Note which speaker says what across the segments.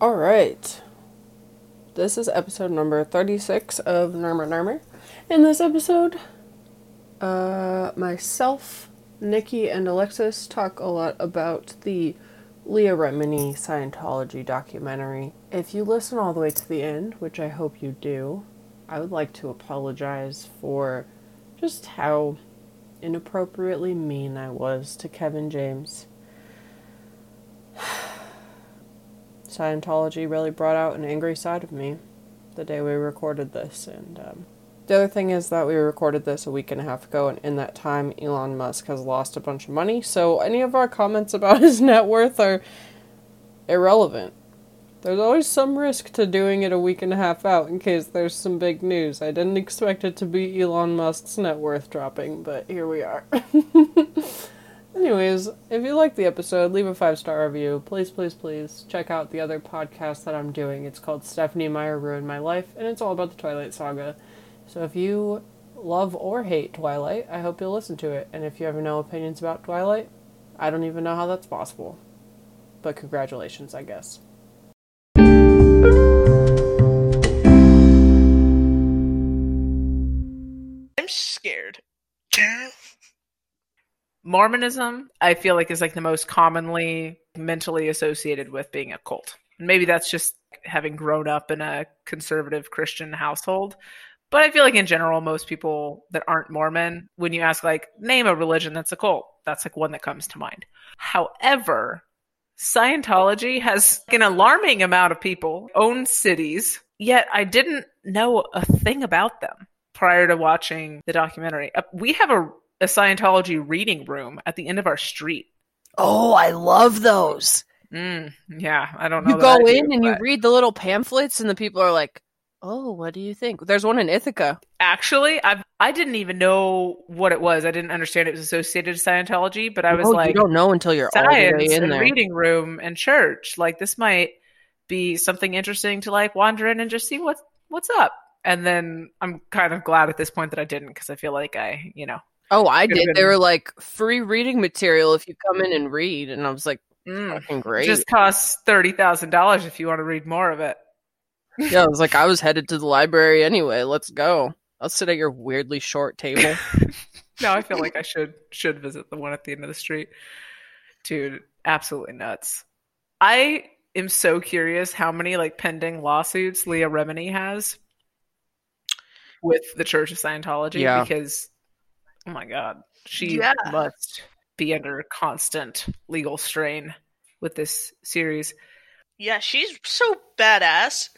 Speaker 1: All right. This is episode number 36 of Narmer Narmer. In this episode, uh, myself, Nikki, and Alexis talk a lot about the Leah Remini Scientology documentary. If you listen all the way to the end, which I hope you do, I would like to apologize for just how inappropriately mean I was to Kevin James. Scientology really brought out an angry side of me the day we recorded this. And um, the other thing is that we recorded this a week and a half ago, and in that time, Elon Musk has lost a bunch of money. So any of our comments about his net worth are irrelevant. There's always some risk to doing it a week and a half out in case there's some big news. I didn't expect it to be Elon Musk's net worth dropping, but here we are. Anyways, if you like the episode, leave a five star review. Please, please, please check out the other podcast that I'm doing. It's called Stephanie Meyer Ruined My Life, and it's all about the Twilight Saga. So if you love or hate Twilight, I hope you'll listen to it. And if you have no opinions about Twilight, I don't even know how that's possible. But congratulations, I guess.
Speaker 2: I'm scared.
Speaker 3: Mormonism, I feel like, is like the most commonly mentally associated with being a cult. Maybe that's just having grown up in a conservative Christian household. But I feel like in general, most people that aren't Mormon, when you ask, like, name a religion that's a cult, that's like one that comes to mind. However, Scientology has an alarming amount of people, own cities, yet I didn't know a thing about them prior to watching the documentary. Uh, We have a, a Scientology reading room at the end of our street.
Speaker 2: Oh, I love those.
Speaker 3: Mm, yeah, I don't know.
Speaker 1: You
Speaker 3: that I
Speaker 1: go
Speaker 3: do,
Speaker 1: in and you
Speaker 3: but-
Speaker 1: read the little pamphlets, and the people are like, oh, what do you think? There's one in Ithaca.
Speaker 3: Actually, I I didn't even know what it was. I didn't understand it was associated to Scientology, but I was
Speaker 1: oh,
Speaker 3: like,
Speaker 1: you don't know until you're all the way
Speaker 3: science
Speaker 1: in
Speaker 3: and
Speaker 1: there.
Speaker 3: reading room and church. Like this might be something interesting to like wander in and just see what's what's up. And then I'm kind of glad at this point that I didn't because I feel like I, you know,
Speaker 1: Oh, I
Speaker 3: Could've
Speaker 1: did. They
Speaker 3: been-
Speaker 1: were like free reading material if you come in and read, and I was like,
Speaker 3: mm,
Speaker 1: fucking great.
Speaker 3: just costs thirty thousand dollars if you want to read more of it.
Speaker 1: yeah, I was like, I was headed to the library anyway. Let's go. I'll sit at your weirdly short table.
Speaker 3: No, I feel like I should should visit the one at the end of the street. Dude, absolutely nuts. I am so curious how many like pending lawsuits Leah Remini has with the Church of Scientology
Speaker 1: Yeah.
Speaker 3: because oh my god, she
Speaker 2: Yeah.
Speaker 3: must be under constant legal strain with this series.
Speaker 2: Yeah, she's so badass.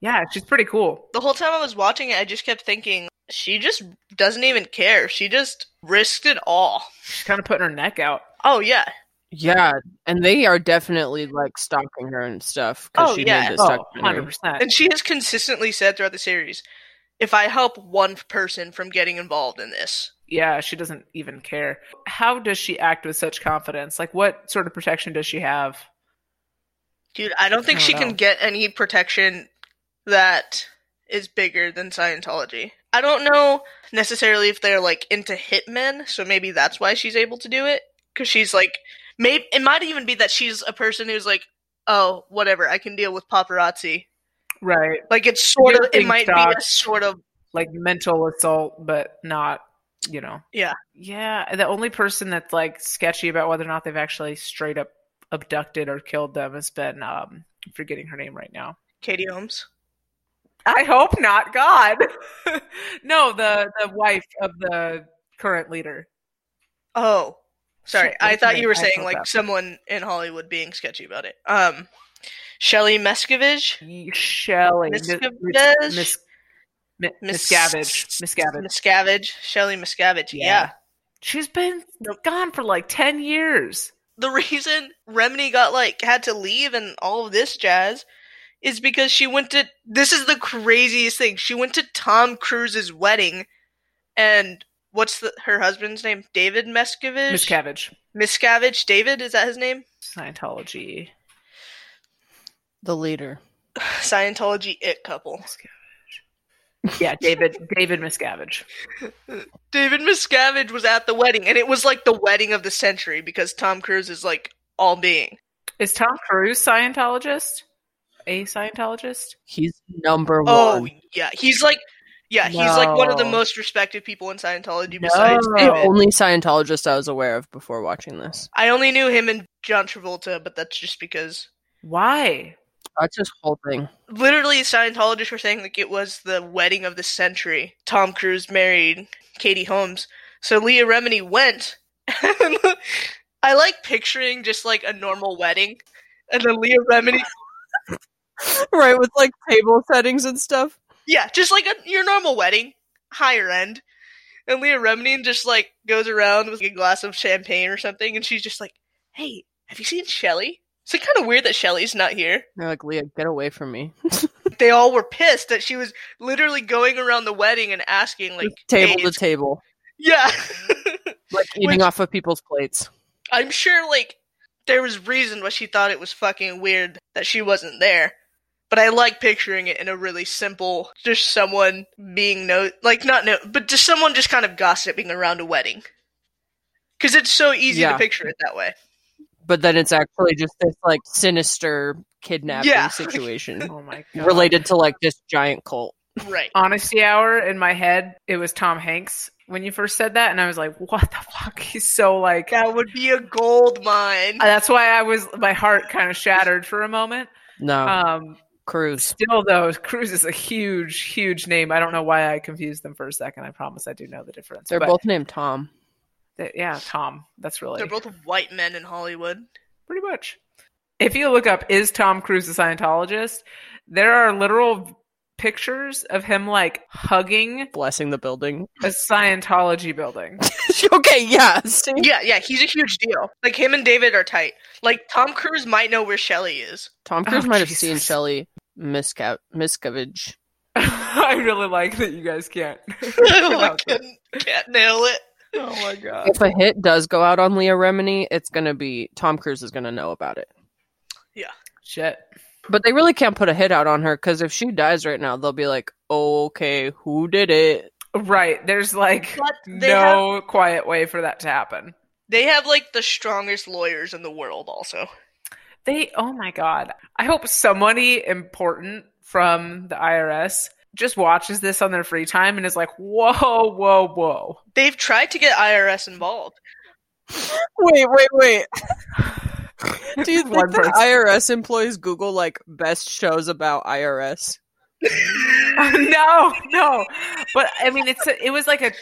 Speaker 3: Yeah, she's pretty cool.
Speaker 2: The whole time I was watching it, I just kept thinking, she just doesn't even care. She just risked it all.
Speaker 3: She's kind of putting her neck out.
Speaker 2: Oh, yeah.
Speaker 1: yeah, and they are definitely like stalking her and stuff because
Speaker 2: Oh,
Speaker 1: she
Speaker 2: yeah.
Speaker 1: made this
Speaker 3: Oh,
Speaker 1: documentary.
Speaker 3: 100%.
Speaker 2: And she has consistently said throughout the series, if I help one person from getting involved in this,
Speaker 3: Yeah, she doesn't even care. How does she act with such confidence? Like, what sort of protection does she have?
Speaker 2: dude, I don't think
Speaker 3: I don't
Speaker 2: she
Speaker 3: know.
Speaker 2: can get any protection that is bigger than Scientology. I don't know necessarily if they're like into hitmen, so maybe that's why she's able to do it. Because she's like, maybe it might even be that she's a person who's like, oh, whatever, I can deal with paparazzi.
Speaker 3: Right,
Speaker 2: Like it's sort of, it
Speaker 3: Being
Speaker 2: might be a
Speaker 3: stalked.
Speaker 2: sort of,
Speaker 3: like mental assault, but not, you know.
Speaker 2: Yeah.
Speaker 3: yeah. The only person that's like sketchy about whether or not they've actually straight up abducted or killed them has been um, I'm forgetting her name right now.
Speaker 2: Katie Holmes.
Speaker 3: I hope not. God, no, the the wife of the current leader.
Speaker 2: Oh, sorry,
Speaker 3: Shit,
Speaker 2: I
Speaker 3: what's
Speaker 2: thought
Speaker 3: her
Speaker 2: you were
Speaker 3: name? I
Speaker 2: saying
Speaker 3: filled
Speaker 2: like
Speaker 3: up.
Speaker 2: someone in Hollywood being sketchy about it. Um, Shelly Mescovich,
Speaker 3: Shelley
Speaker 2: Miss
Speaker 3: Miss
Speaker 2: Gavage?
Speaker 3: Miss Mi-
Speaker 2: Miss-
Speaker 3: Miscavige. Miscavige.
Speaker 2: Miscavige, Shelly Miscavige. yeah.
Speaker 3: She's been gone for like 10 years.
Speaker 2: the reason Remini got like had to leave and all of this jazz is because she went to this is the craziest thing. She went to Tom Cruise's wedding and what's the, her husband's name? David Miscavige?
Speaker 3: Miss Cabbage.
Speaker 2: Miscavige David is that his name?
Speaker 3: Scientology.
Speaker 1: The leader.
Speaker 2: Scientology it couple.
Speaker 3: Yeah, David David Miscavige.
Speaker 2: David Miscavige was at the wedding and it was like the wedding of the century because Tom Cruise is like all being.
Speaker 3: Is Tom Cruise Scientologist? a Scientologist?
Speaker 1: He's number
Speaker 2: Oh
Speaker 1: one.
Speaker 2: yeah, he's like yeah, he's like one of the
Speaker 1: No.
Speaker 2: most respected people in Scientology besides
Speaker 3: No.
Speaker 1: The
Speaker 2: David.
Speaker 1: only Scientologist I was aware of before watching this.
Speaker 2: I only knew him and John Travolta, but that's just because
Speaker 3: Why?
Speaker 1: That's his whole thing.
Speaker 2: literally Scientologists were saying like it was the wedding of the century. Tom Cruise married Katie Holmes, so Leah Remini went. I like picturing just like a normal wedding, and then Leah Remini,
Speaker 1: right, with like table settings and stuff.
Speaker 2: yeah, just like a, your normal wedding, higher end. And Leah Remini just like goes around with a glass of champagne or something, and she's just like, "Hey, have you seen Shelley?" It's like kind of weird that Shelley's not here.
Speaker 1: They're like, Leah, get away from me.
Speaker 2: They all were pissed that she was literally going around the wedding and asking like
Speaker 1: table
Speaker 2: "Hey,
Speaker 1: to table.
Speaker 2: Yeah.
Speaker 1: Like eating
Speaker 2: Which-
Speaker 1: off of people's plates.
Speaker 2: I'm sure like there was reason why she thought it was fucking weird that she wasn't there. But I like picturing it in a really simple just someone being no like not no but just someone just kind of gossiping around a wedding. Cuz it's so easy
Speaker 1: Yeah.
Speaker 2: to picture it that way.
Speaker 1: But then it's actually just this like sinister kidnapping
Speaker 2: Yeah.
Speaker 1: situation
Speaker 3: Oh my god.
Speaker 1: related to like this giant cult.
Speaker 2: Right.
Speaker 3: Honesty hour in my head, it was Tom Hanks when you first said that, and I was like, what the fuck? He's so like
Speaker 2: That would be a gold mine.
Speaker 3: that's why I was my heart kind of shattered for a moment.
Speaker 1: No,
Speaker 3: Um
Speaker 1: Cruz.
Speaker 3: still though, Cruz is a huge, huge name. I don't know why I confused them for a second. I promise I do know the difference.
Speaker 1: They're
Speaker 3: but
Speaker 1: both named Tom.
Speaker 3: th- yeah, Tom. That's really
Speaker 2: They're both white men in Hollywood.
Speaker 3: pretty much. If you look up is Tom Cruise a Scientologist, there are literal pictures of him like hugging
Speaker 1: Blessing the building.
Speaker 3: a Scientology building.
Speaker 1: okay, yeah. see?
Speaker 2: Yeah, yeah, he's a huge deal. Like him and David are tight. Like Tom Cruise might know where Shelley is.
Speaker 1: Tom Cruise
Speaker 3: Oh,
Speaker 1: might have
Speaker 3: Jesus.
Speaker 1: seen Shelley Misca- Miscavige.
Speaker 3: I really like that you guys can't.
Speaker 2: I can't, can't nail it.
Speaker 3: Oh my god.
Speaker 1: If a hit does go out on Leah Remini, it's gonna be Tom Cruise is gonna know about it.
Speaker 3: Shit.
Speaker 1: But they really can't put a hit out on her because if she dies right now, they'll be like, oh, "Okay, who did it?"
Speaker 3: Right. There's like
Speaker 2: But they
Speaker 3: no quiet way for that to happen.
Speaker 2: They have like the strongest lawyers in the world, also.
Speaker 3: They oh my god. I hope somebody important from the IRS just watches this on their free time and is like, whoa, whoa, whoa.
Speaker 2: They've tried to get IRS involved.
Speaker 1: Wait, wait, wait. Do you
Speaker 3: One
Speaker 1: think the
Speaker 3: person.
Speaker 1: IRS employees Google like best shows about IRS?
Speaker 3: no, no. But I mean, it's a, it was like a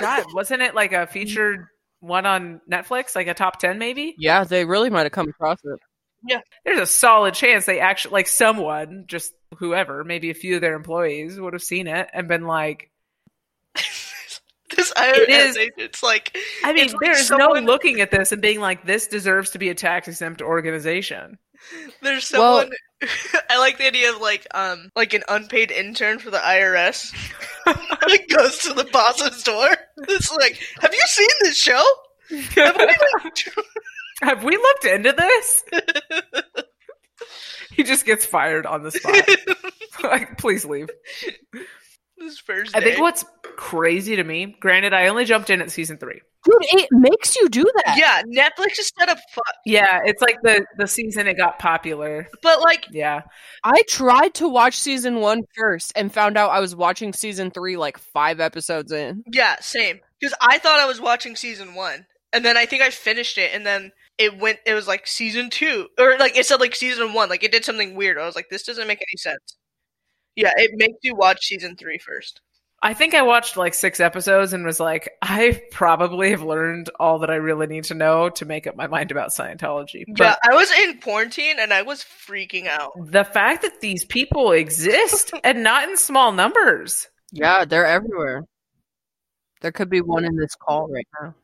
Speaker 3: god, wasn't it like a featured one on Netflix, like a top ten maybe?
Speaker 1: Yeah, they really might have come across it.
Speaker 3: There's a solid chance they actually like someone, just whoever, maybe a few of their employees would have seen it and been like,
Speaker 2: This IRS
Speaker 3: is-
Speaker 2: agent's like,
Speaker 3: I mean,
Speaker 2: It's like
Speaker 3: there is
Speaker 2: someone-
Speaker 3: no looking at this and being like, this deserves to be a tax exempt organization.
Speaker 2: there's
Speaker 1: Well-
Speaker 2: someone. I like the idea of like, um, like an unpaid intern for the IRS like goes to the boss's door. It's like, have you seen this show? Have we, like, tr-
Speaker 3: Have we looked into this? he just gets fired on the spot. like, please leave.
Speaker 2: this first
Speaker 3: I think
Speaker 2: day?
Speaker 3: what's crazy to me, granted, I only jumped in at season three.
Speaker 1: Dude, it makes you do that.
Speaker 2: Yeah, Netflix is set up, fu-
Speaker 3: Yeah, it's like the the season it got popular.
Speaker 2: but like,
Speaker 3: Yeah,
Speaker 1: I tried to watch season one first and found out I was watching season three like five episodes in.
Speaker 2: Yeah, same. Because I thought I was watching season one, and then I think I finished it, and then it went. It was like season two, or like it said like season one. Like it did something weird. I was like, this doesn't make any sense. Yeah, it makes you watch season three first.
Speaker 3: I think I watched like six episodes and was like, I probably have learned all that I really need to know to make up my mind about Scientology. But
Speaker 2: yeah, I was in quarantine and I was freaking out.
Speaker 3: the fact that these people exist and not in small numbers.
Speaker 1: Yeah, they're everywhere. There could be one in this call right now.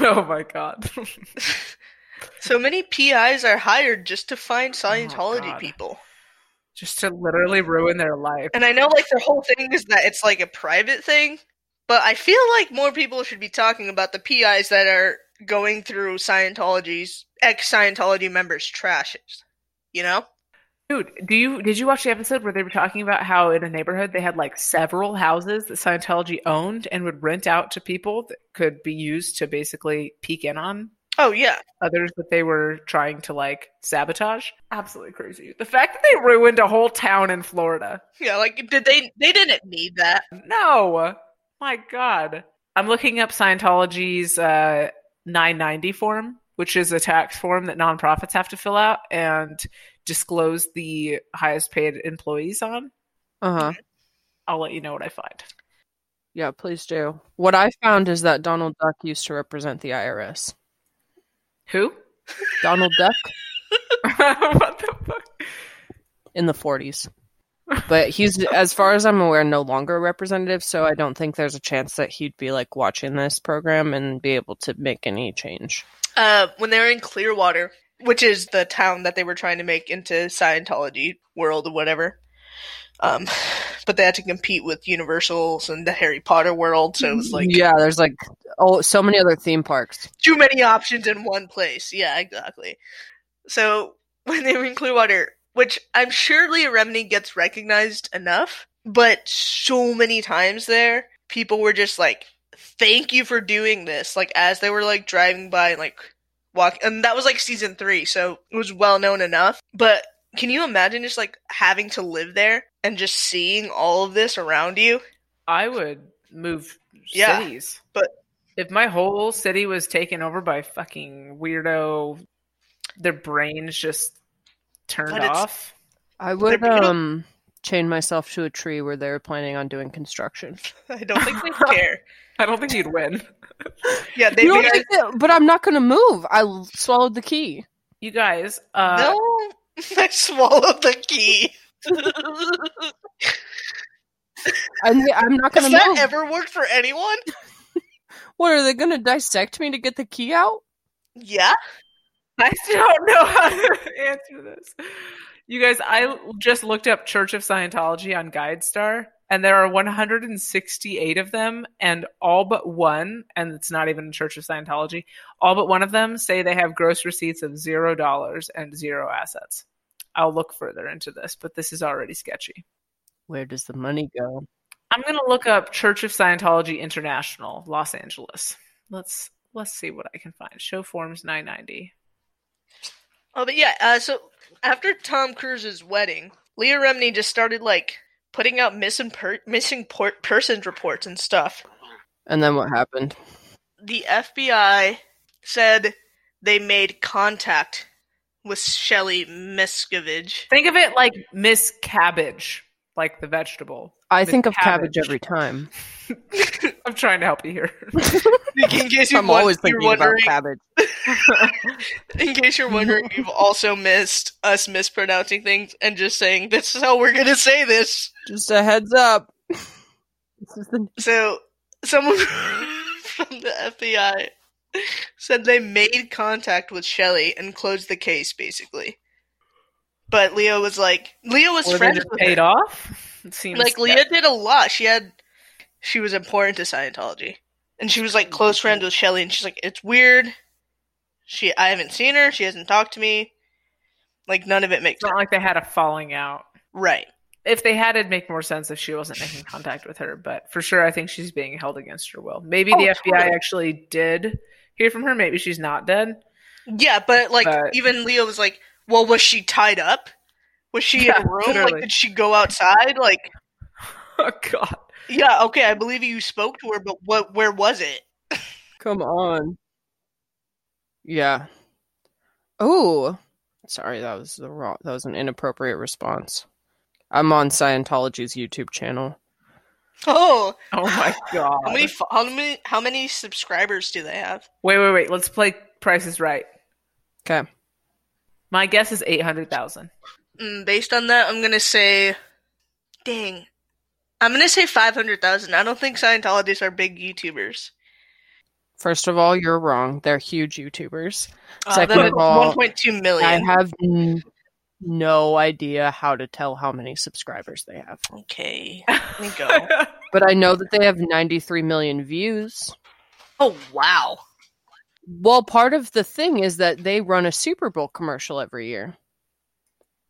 Speaker 3: Oh my god.
Speaker 2: So many PIs are hired just to find Scientology
Speaker 3: Oh, God.
Speaker 2: people,
Speaker 3: Just to literally ruin their life.
Speaker 2: and I know like the whole thing is that it's like a private thing, but I feel like more people should be talking about the PIs that are going through Scientology's ex Scientology members' trashes. You know?
Speaker 3: Dude, do you did you watch the episode where they were talking about how in a neighborhood they had like several houses that Scientology owned and would rent out to people that could be used to basically peek in on
Speaker 2: Oh yeah.
Speaker 3: others that they were trying to like sabotage. Absolutely crazy. The fact that they ruined a whole town in Florida.
Speaker 2: Yeah, like did they they didn't need that.
Speaker 3: No. My God. I'm looking up Scientology's uh, 990 form, which is a tax form that nonprofits have to fill out and disclose the highest paid employees on.
Speaker 1: Uh huh.
Speaker 3: I'll let you know what I find.
Speaker 1: Yeah, please do. What I found is that Donald Duck used to represent the IRS.
Speaker 3: Who?
Speaker 1: Donald Duck
Speaker 3: what the fuck?
Speaker 1: in the 40s. But he's, as far as I'm aware, no longer a representative, so I don't think there's a chance that he'd be like watching this program and be able to make any change.
Speaker 2: Uh, when they were in Clearwater, which is the town that they were trying to make into Scientology world or whatever. Um, but they had to compete with Universal's and the Harry Potter world, so it was like
Speaker 1: yeah, there's like oh, so many other theme parks.
Speaker 2: too many options in one place. Yeah, exactly. So when they were in Clearwater, which I'm sure Leah Remini gets recognized enough, but so many times there, people were just like, "Thank you for doing this." Like as they were like driving by and like walk, and that was like season three, so it was well known enough. But can you imagine just like having to live there and just seeing all of this around you?
Speaker 3: I would move
Speaker 2: Yeah,
Speaker 3: cities.
Speaker 2: but-
Speaker 3: if my whole city was taken over by fucking weirdo, their brains just turned
Speaker 2: But it's-
Speaker 3: off.
Speaker 1: I would
Speaker 2: They're beautiful.
Speaker 1: um chain myself to a tree where they were planning on doing construction.
Speaker 2: I don't think they care.
Speaker 3: I don't think you'd win.
Speaker 2: Yeah, they
Speaker 1: You don't
Speaker 2: very-
Speaker 1: think that- but I'm not going to move. I l- swallowed the key.
Speaker 3: You guys, uh,
Speaker 2: no, I swallowed the key.
Speaker 1: I'm, I'm not going
Speaker 2: Has
Speaker 1: to
Speaker 2: that
Speaker 1: move.
Speaker 2: ever worked for anyone?
Speaker 1: what are they going to dissect me to get the key out?
Speaker 2: Yeah.
Speaker 3: I still don't know how to answer this. You guys, I just looked up Church of Scientology on GuideStar, and there are 168 of them, and all but one, and it's not even Church of Scientology, all but one of them say they have gross receipts of zero dollars and zero assets. I'll look further into this, but this is already sketchy.
Speaker 1: Where does the money go?
Speaker 3: I'm gonna look up Church of Scientology International, Los Angeles. Let's let's see what I can find. Show forms 990.
Speaker 2: Oh, but yeah. Uh, so after Tom Cruise's wedding, Leah Remini just started like putting out missing per- missing por- persons reports and stuff.
Speaker 1: And then what happened?
Speaker 2: The FBI said they made contact with Shelly Miscavige.
Speaker 3: Think of it like Miss Cabbage, like the vegetable.
Speaker 1: I
Speaker 3: The
Speaker 1: think of cabbage. every time.
Speaker 3: I'm trying to help you here.
Speaker 2: In case you're,
Speaker 1: I'm always
Speaker 2: won- you're
Speaker 1: thinking about
Speaker 2: wondering,
Speaker 1: cabbage.
Speaker 2: in case you're wondering, you've also missed us mispronouncing things and just saying this is how we're gonna say this.
Speaker 1: Just a heads up. this is the
Speaker 2: So someone from the FBI said they made contact with Shelley and closed the case basically. But Leo was like Leo was
Speaker 3: Were they
Speaker 2: friends
Speaker 3: just
Speaker 2: with
Speaker 3: paid
Speaker 2: her.
Speaker 3: off? It seems
Speaker 2: Like
Speaker 3: that-
Speaker 2: Leah did a lot. She had she was important to Scientology. And she was like close friends with Shelley and she's like, It's weird. She I haven't seen her, she hasn't talked to me. Like none of it makes
Speaker 3: It's not like they had a falling out.
Speaker 2: right.
Speaker 3: If they had, it'd make more sense if she wasn't making contact with her. But for sure, I think she's being held against her will. Maybe the
Speaker 2: Oh,
Speaker 3: FBI
Speaker 2: totally.
Speaker 3: actually did hear from her. Maybe she's not dead.
Speaker 2: Yeah, but like
Speaker 3: But-
Speaker 2: even Leo was like, "Well, was she tied up? Was she
Speaker 3: Yeah,
Speaker 2: in a room?
Speaker 3: literally.
Speaker 2: Like, did she go outside? Like,
Speaker 3: Oh God.
Speaker 2: yeah, okay, I believe you spoke to her, but what? Where was it?
Speaker 1: Come on. Yeah. Oh, sorry. That was the wrong. That was an inappropriate response. I'm on Scientology's YouTube channel.
Speaker 2: Oh,
Speaker 3: Oh my
Speaker 2: how
Speaker 3: God.
Speaker 2: many, fo- how many, how many subscribers do they have?
Speaker 3: Wait, wait, wait. Let's play Price is Right.
Speaker 1: Okay.
Speaker 3: My guess is eight hundred thousand.
Speaker 2: Mm, based on that, I'm gonna say, dang, I'm gonna say five hundred thousand. I don't think Scientologists are big YouTubers.
Speaker 1: First of all, you're wrong. They're huge YouTubers.
Speaker 2: Uh,
Speaker 1: Second of all,
Speaker 2: one point two
Speaker 1: I
Speaker 2: million.
Speaker 1: have n- no idea how to tell how many subscribers they have,
Speaker 2: okay, let me go.
Speaker 1: but I know that they have 93 million views.
Speaker 2: oh wow.
Speaker 1: Well, part of the thing is that they run a Super Bowl commercial every year,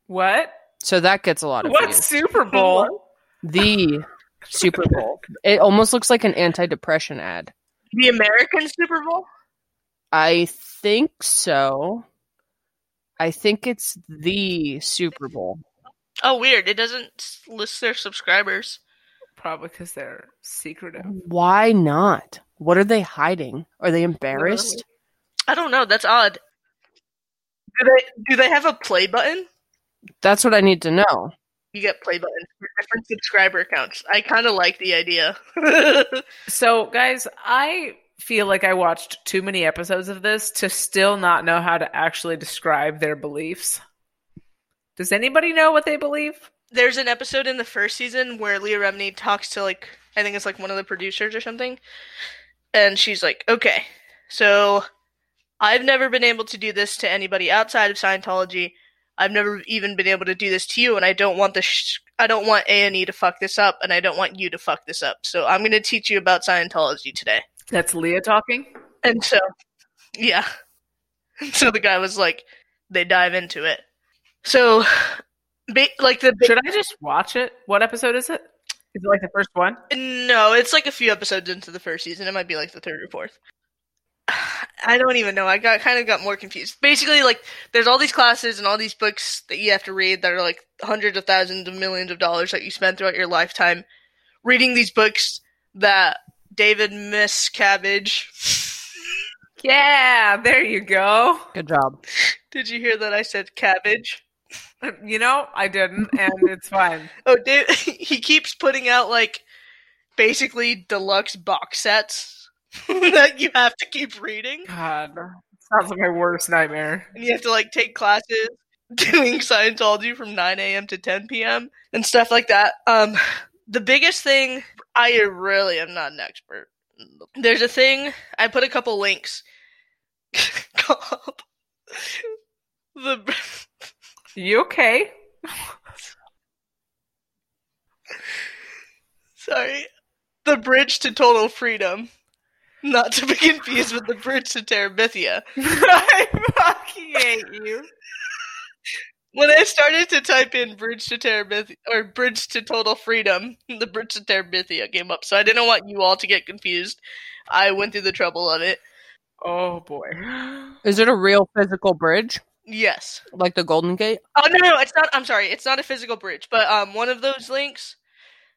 Speaker 3: what?
Speaker 1: so that gets a lot of
Speaker 3: What
Speaker 1: views.
Speaker 3: Super Bowl?
Speaker 1: the Super Bowl. It almost looks like an anti-depression ad.
Speaker 2: The American Super Bowl.
Speaker 1: I think so. I think it's the Super Bowl.
Speaker 2: Oh, weird. It doesn't s- list their subscribers.
Speaker 3: Probably because they're secretive.
Speaker 1: Why not? What are they hiding? Are they embarrassed?
Speaker 2: I don't know. That's odd. Do they do they have a play button?
Speaker 1: That's what I need to know.
Speaker 2: You get play buttons for different subscriber accounts. I kind of like the idea. I
Speaker 3: So, guys, I feel like I watched too many episodes of this to still not know how to actually describe their beliefs. Does anybody know what they believe?
Speaker 2: there's an episode in the first season where Leah Remini talks to like I think it's like one of the producers or something, and she's like, "Okay, so I've never been able to do this to anybody outside of Scientology. I've never even been able to do this to you, and I don't want the sh- I don't want A and E to fuck this up, and I don't want you to fuck this up. So I'm going to teach you about Scientology today."
Speaker 3: That's Leah talking.
Speaker 2: And so, yeah. So the guy was like, they dive into it. So, ba- like the
Speaker 3: Should I just watch it? What episode is it? Is it like the first one?
Speaker 2: no, it's like a few episodes into the first season. It might be like the third or fourth. I don't even know. I got kind of got more confused. Basically, like there's all these classes and all these books that you have to read that are like hundreds of thousands of millions of dollars that you spend throughout your lifetime reading these books that David Miscavige.
Speaker 3: Yeah, there you go.
Speaker 1: Good job.
Speaker 2: Did you hear that I said cabbage?
Speaker 3: You know, I didn't, and it's fine.
Speaker 2: Oh, Dave, he keeps putting out like basically deluxe box sets that you have to keep reading,
Speaker 3: God, sounds like my worst nightmare.
Speaker 2: and you have to like take classes doing Scientology from 9 a.m. to 10 p.m. and stuff like that. Um, the biggest thing I really am not an expert. There's a thing I put a couple links called the
Speaker 3: You okay?
Speaker 2: Sorry. The Bridge to Total Freedom. Not to be confused with The Bridge to Terabithia.
Speaker 3: I fucking hate you.
Speaker 2: When I started to type in Bridge to Terabithia, or Bridge to Total Freedom, The Bridge to Terabithia came up, so I didn't want you all to get confused. I went through the trouble of it.
Speaker 3: Oh boy.
Speaker 1: Is it a real physical bridge
Speaker 2: Yes.
Speaker 1: like the Golden Gate?
Speaker 2: Oh, no, no, it's not. I'm sorry. It's not a physical bridge, but um, one of those links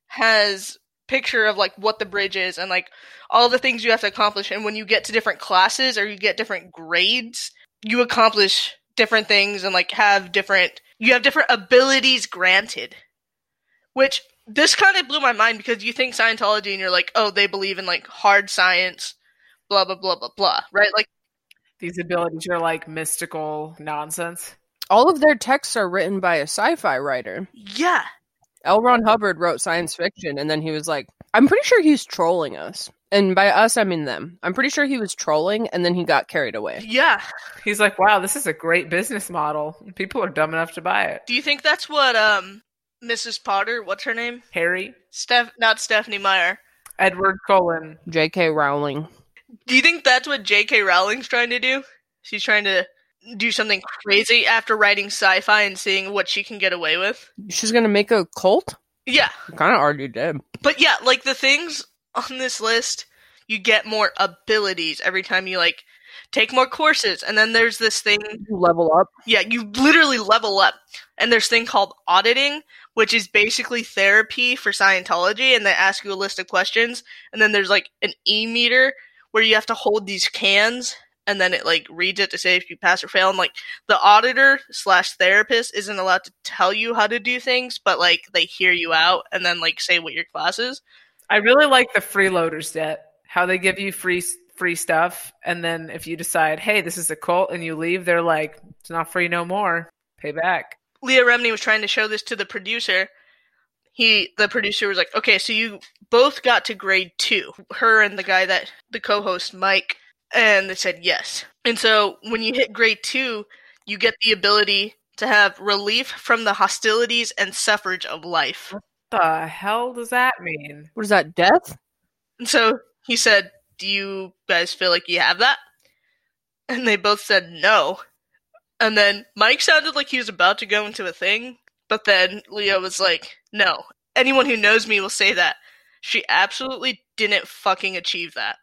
Speaker 2: has picture of like what the bridge is and like all the things you have to accomplish and when you get to different classes or you get different grades you accomplish different things and like have different you have different abilities granted which this kind of blew my mind because you think scientology and you're like oh they believe in like hard science blah blah blah blah blah right like
Speaker 3: These abilities are like mystical nonsense.
Speaker 1: All of their texts are written by a sci-fi writer.
Speaker 2: yeah
Speaker 1: L. Ron Hubbard wrote science fiction, and then he was like, "I'm pretty sure he's trolling us." And by us, I mean them. I'm pretty sure he was trolling, and then he got carried away.
Speaker 2: yeah
Speaker 3: He's like, wow, this is a great business model. People are dumb enough to buy it.
Speaker 2: Do you think that's what um Mrs. Potter, what's her name?
Speaker 3: Harry,
Speaker 2: Steph not Stephanie Meyer.
Speaker 3: Edward Cullen.
Speaker 1: J.K. Rowling.
Speaker 2: Do you think that's what JK Rowling's trying to do? She's trying to do something crazy after writing sci-fi and seeing what she can get away with.
Speaker 1: She's gonna make a cult.
Speaker 2: Yeah.
Speaker 1: Kind of already did.
Speaker 2: But yeah, like the things on this list, you get more abilities every time you like take more courses. And then there's this thing
Speaker 1: Level up.
Speaker 2: Yeah, you literally level up. And there's thing called auditing, which is basically therapy for Scientology, and they ask you a list of questions. And then there's like an E meter where you have to hold these cans, and then it like reads it to say if you pass or fail. And like the auditor slash therapist isn't allowed to tell you how to do things, but like they hear you out and then like say what your class is.
Speaker 3: I really like the freeloaders debt. How they give you free free stuff, and then if you decide, hey, this is a cult, and you leave, they're like, it's not free no more. Pay back.
Speaker 2: Leah Remini was trying to show this to the producer. He, the producer, was like, "Okay, so you both got to grade two, her and the guy that the co-host Mike." And they said yes. And so when you hit grade two, you get the ability to have relief from the hostilities and suffrage of life.
Speaker 3: The hell does that mean?
Speaker 1: What is that? Death?
Speaker 2: And so he said, Do you guys feel like you have that? And they both said no. And then Mike sounded like he was about to go into a thing, but then Leo was like, No. Anyone who knows me will say that. She absolutely didn't fucking achieve that.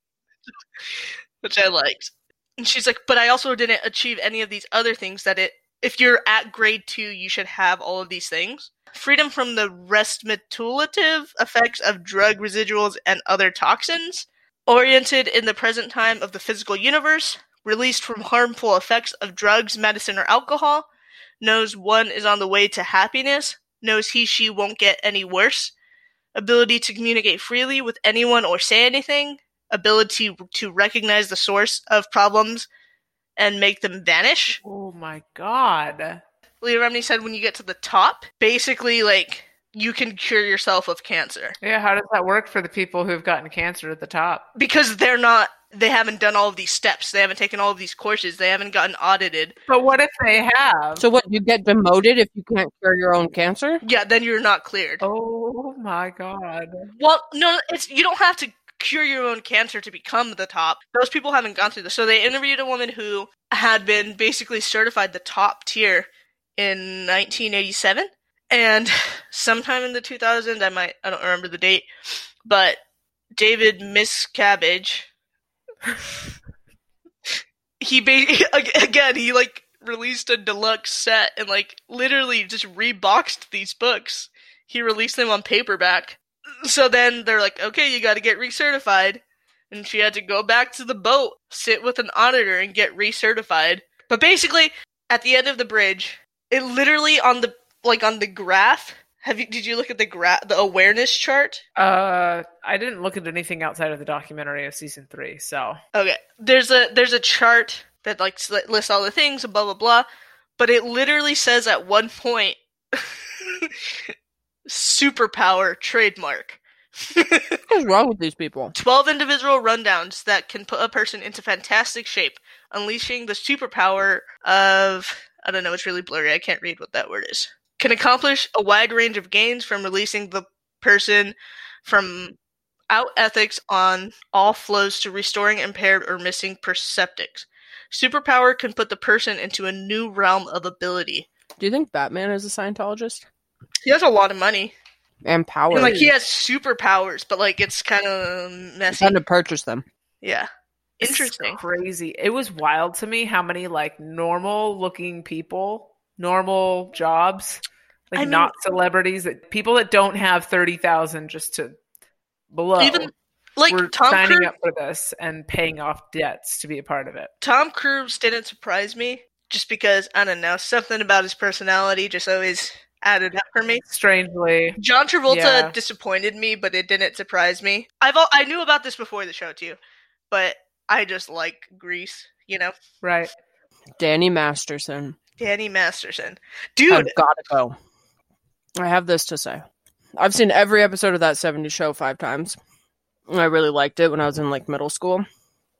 Speaker 2: which I liked. And she's like, but I also didn't achieve any of these other things that it. If you're at grade two, you should have all of these things. Freedom from the restitutive effects of drug residuals and other toxins. Oriented in the present time of the physical universe. Released from harmful effects of drugs, medicine, or alcohol. Knows one is on the way to happiness. Knows he, she won't get any worse ability to communicate freely with anyone or say anything, ability to recognize the source of problems and make them vanish.
Speaker 3: Oh my god.
Speaker 2: Leah Remini said when you get to the top, basically, like, you can cure yourself of cancer
Speaker 3: Yeah, how does that work for the people who've gotten cancer at the top?
Speaker 2: because they're not, they haven't done all of these steps, they haven't taken all of these courses, they haven't gotten audited.
Speaker 3: But what if they have?
Speaker 1: So what? You get demoted if you can't cure your own cancer?
Speaker 2: Yeah, then you're not cleared.
Speaker 3: oh my god.
Speaker 2: Well, no, it's you don't have to cure your own cancer to become the top. Those people haven't gone through this. So they interviewed a woman who had been basically certified the top tier in 1987 and sometime in the 2000s I might I don't remember the date, but David Miscavige he ba- again he like released a deluxe set and like literally just reboxed these books. He released them on paperback so then they're like, okay, you got to get recertified. And she had to go back to the boat, sit with an auditor, and get recertified. But basically, at the end of the bridge, it literally on the like on the graph. Have you did you look at the graph the awareness chart?
Speaker 3: Uh I didn't look at anything outside of the documentary of season 3, so
Speaker 2: Okay, there's a there's a chart that like s- lists all the things and blah blah blah, but it literally says at one point, superpower trademark.
Speaker 1: What's wrong with these people?
Speaker 2: 12 individual rundowns that can put a person into fantastic shape, unleashing the superpower of. I don't know, it's really blurry. I can't read what that word is. Can accomplish a wide range of gains from releasing the person from out ethics on all flows to restoring impaired or missing perceptics. Superpower can put the person into a new realm of ability.
Speaker 1: Do you think Batman is a Scientologist?
Speaker 2: He has a lot of money.
Speaker 1: And power.
Speaker 2: And, like, he has superpowers, but, like, it's kind of messy.
Speaker 1: Time to purchase them.
Speaker 2: Yeah.
Speaker 3: It's
Speaker 2: Interesting.
Speaker 3: crazy. It was wild to me how many like normal looking people, normal jobs, like
Speaker 2: I mean-
Speaker 3: not celebrities, that people that don't have thirty thousand just to below
Speaker 2: Even like
Speaker 3: were
Speaker 2: Tom
Speaker 3: signing
Speaker 2: Cruise,
Speaker 3: up for this and paying off debts to be a part of it.
Speaker 2: Tom Cruise didn't surprise me just because I don't know something about his personality just always added up for me.
Speaker 3: Strangely,
Speaker 2: John Travolta
Speaker 3: Yeah.
Speaker 2: disappointed me, but it didn't surprise me. I've al- I knew about this before the show too, but I just like Grease, you know.
Speaker 3: right?
Speaker 1: Danny Masterson.
Speaker 2: Danny Masterson,
Speaker 1: I've
Speaker 2: dude.
Speaker 1: gotta go. I have this to say. I've seen every episode of that 70s show five times. And I really liked it when I was in like middle school.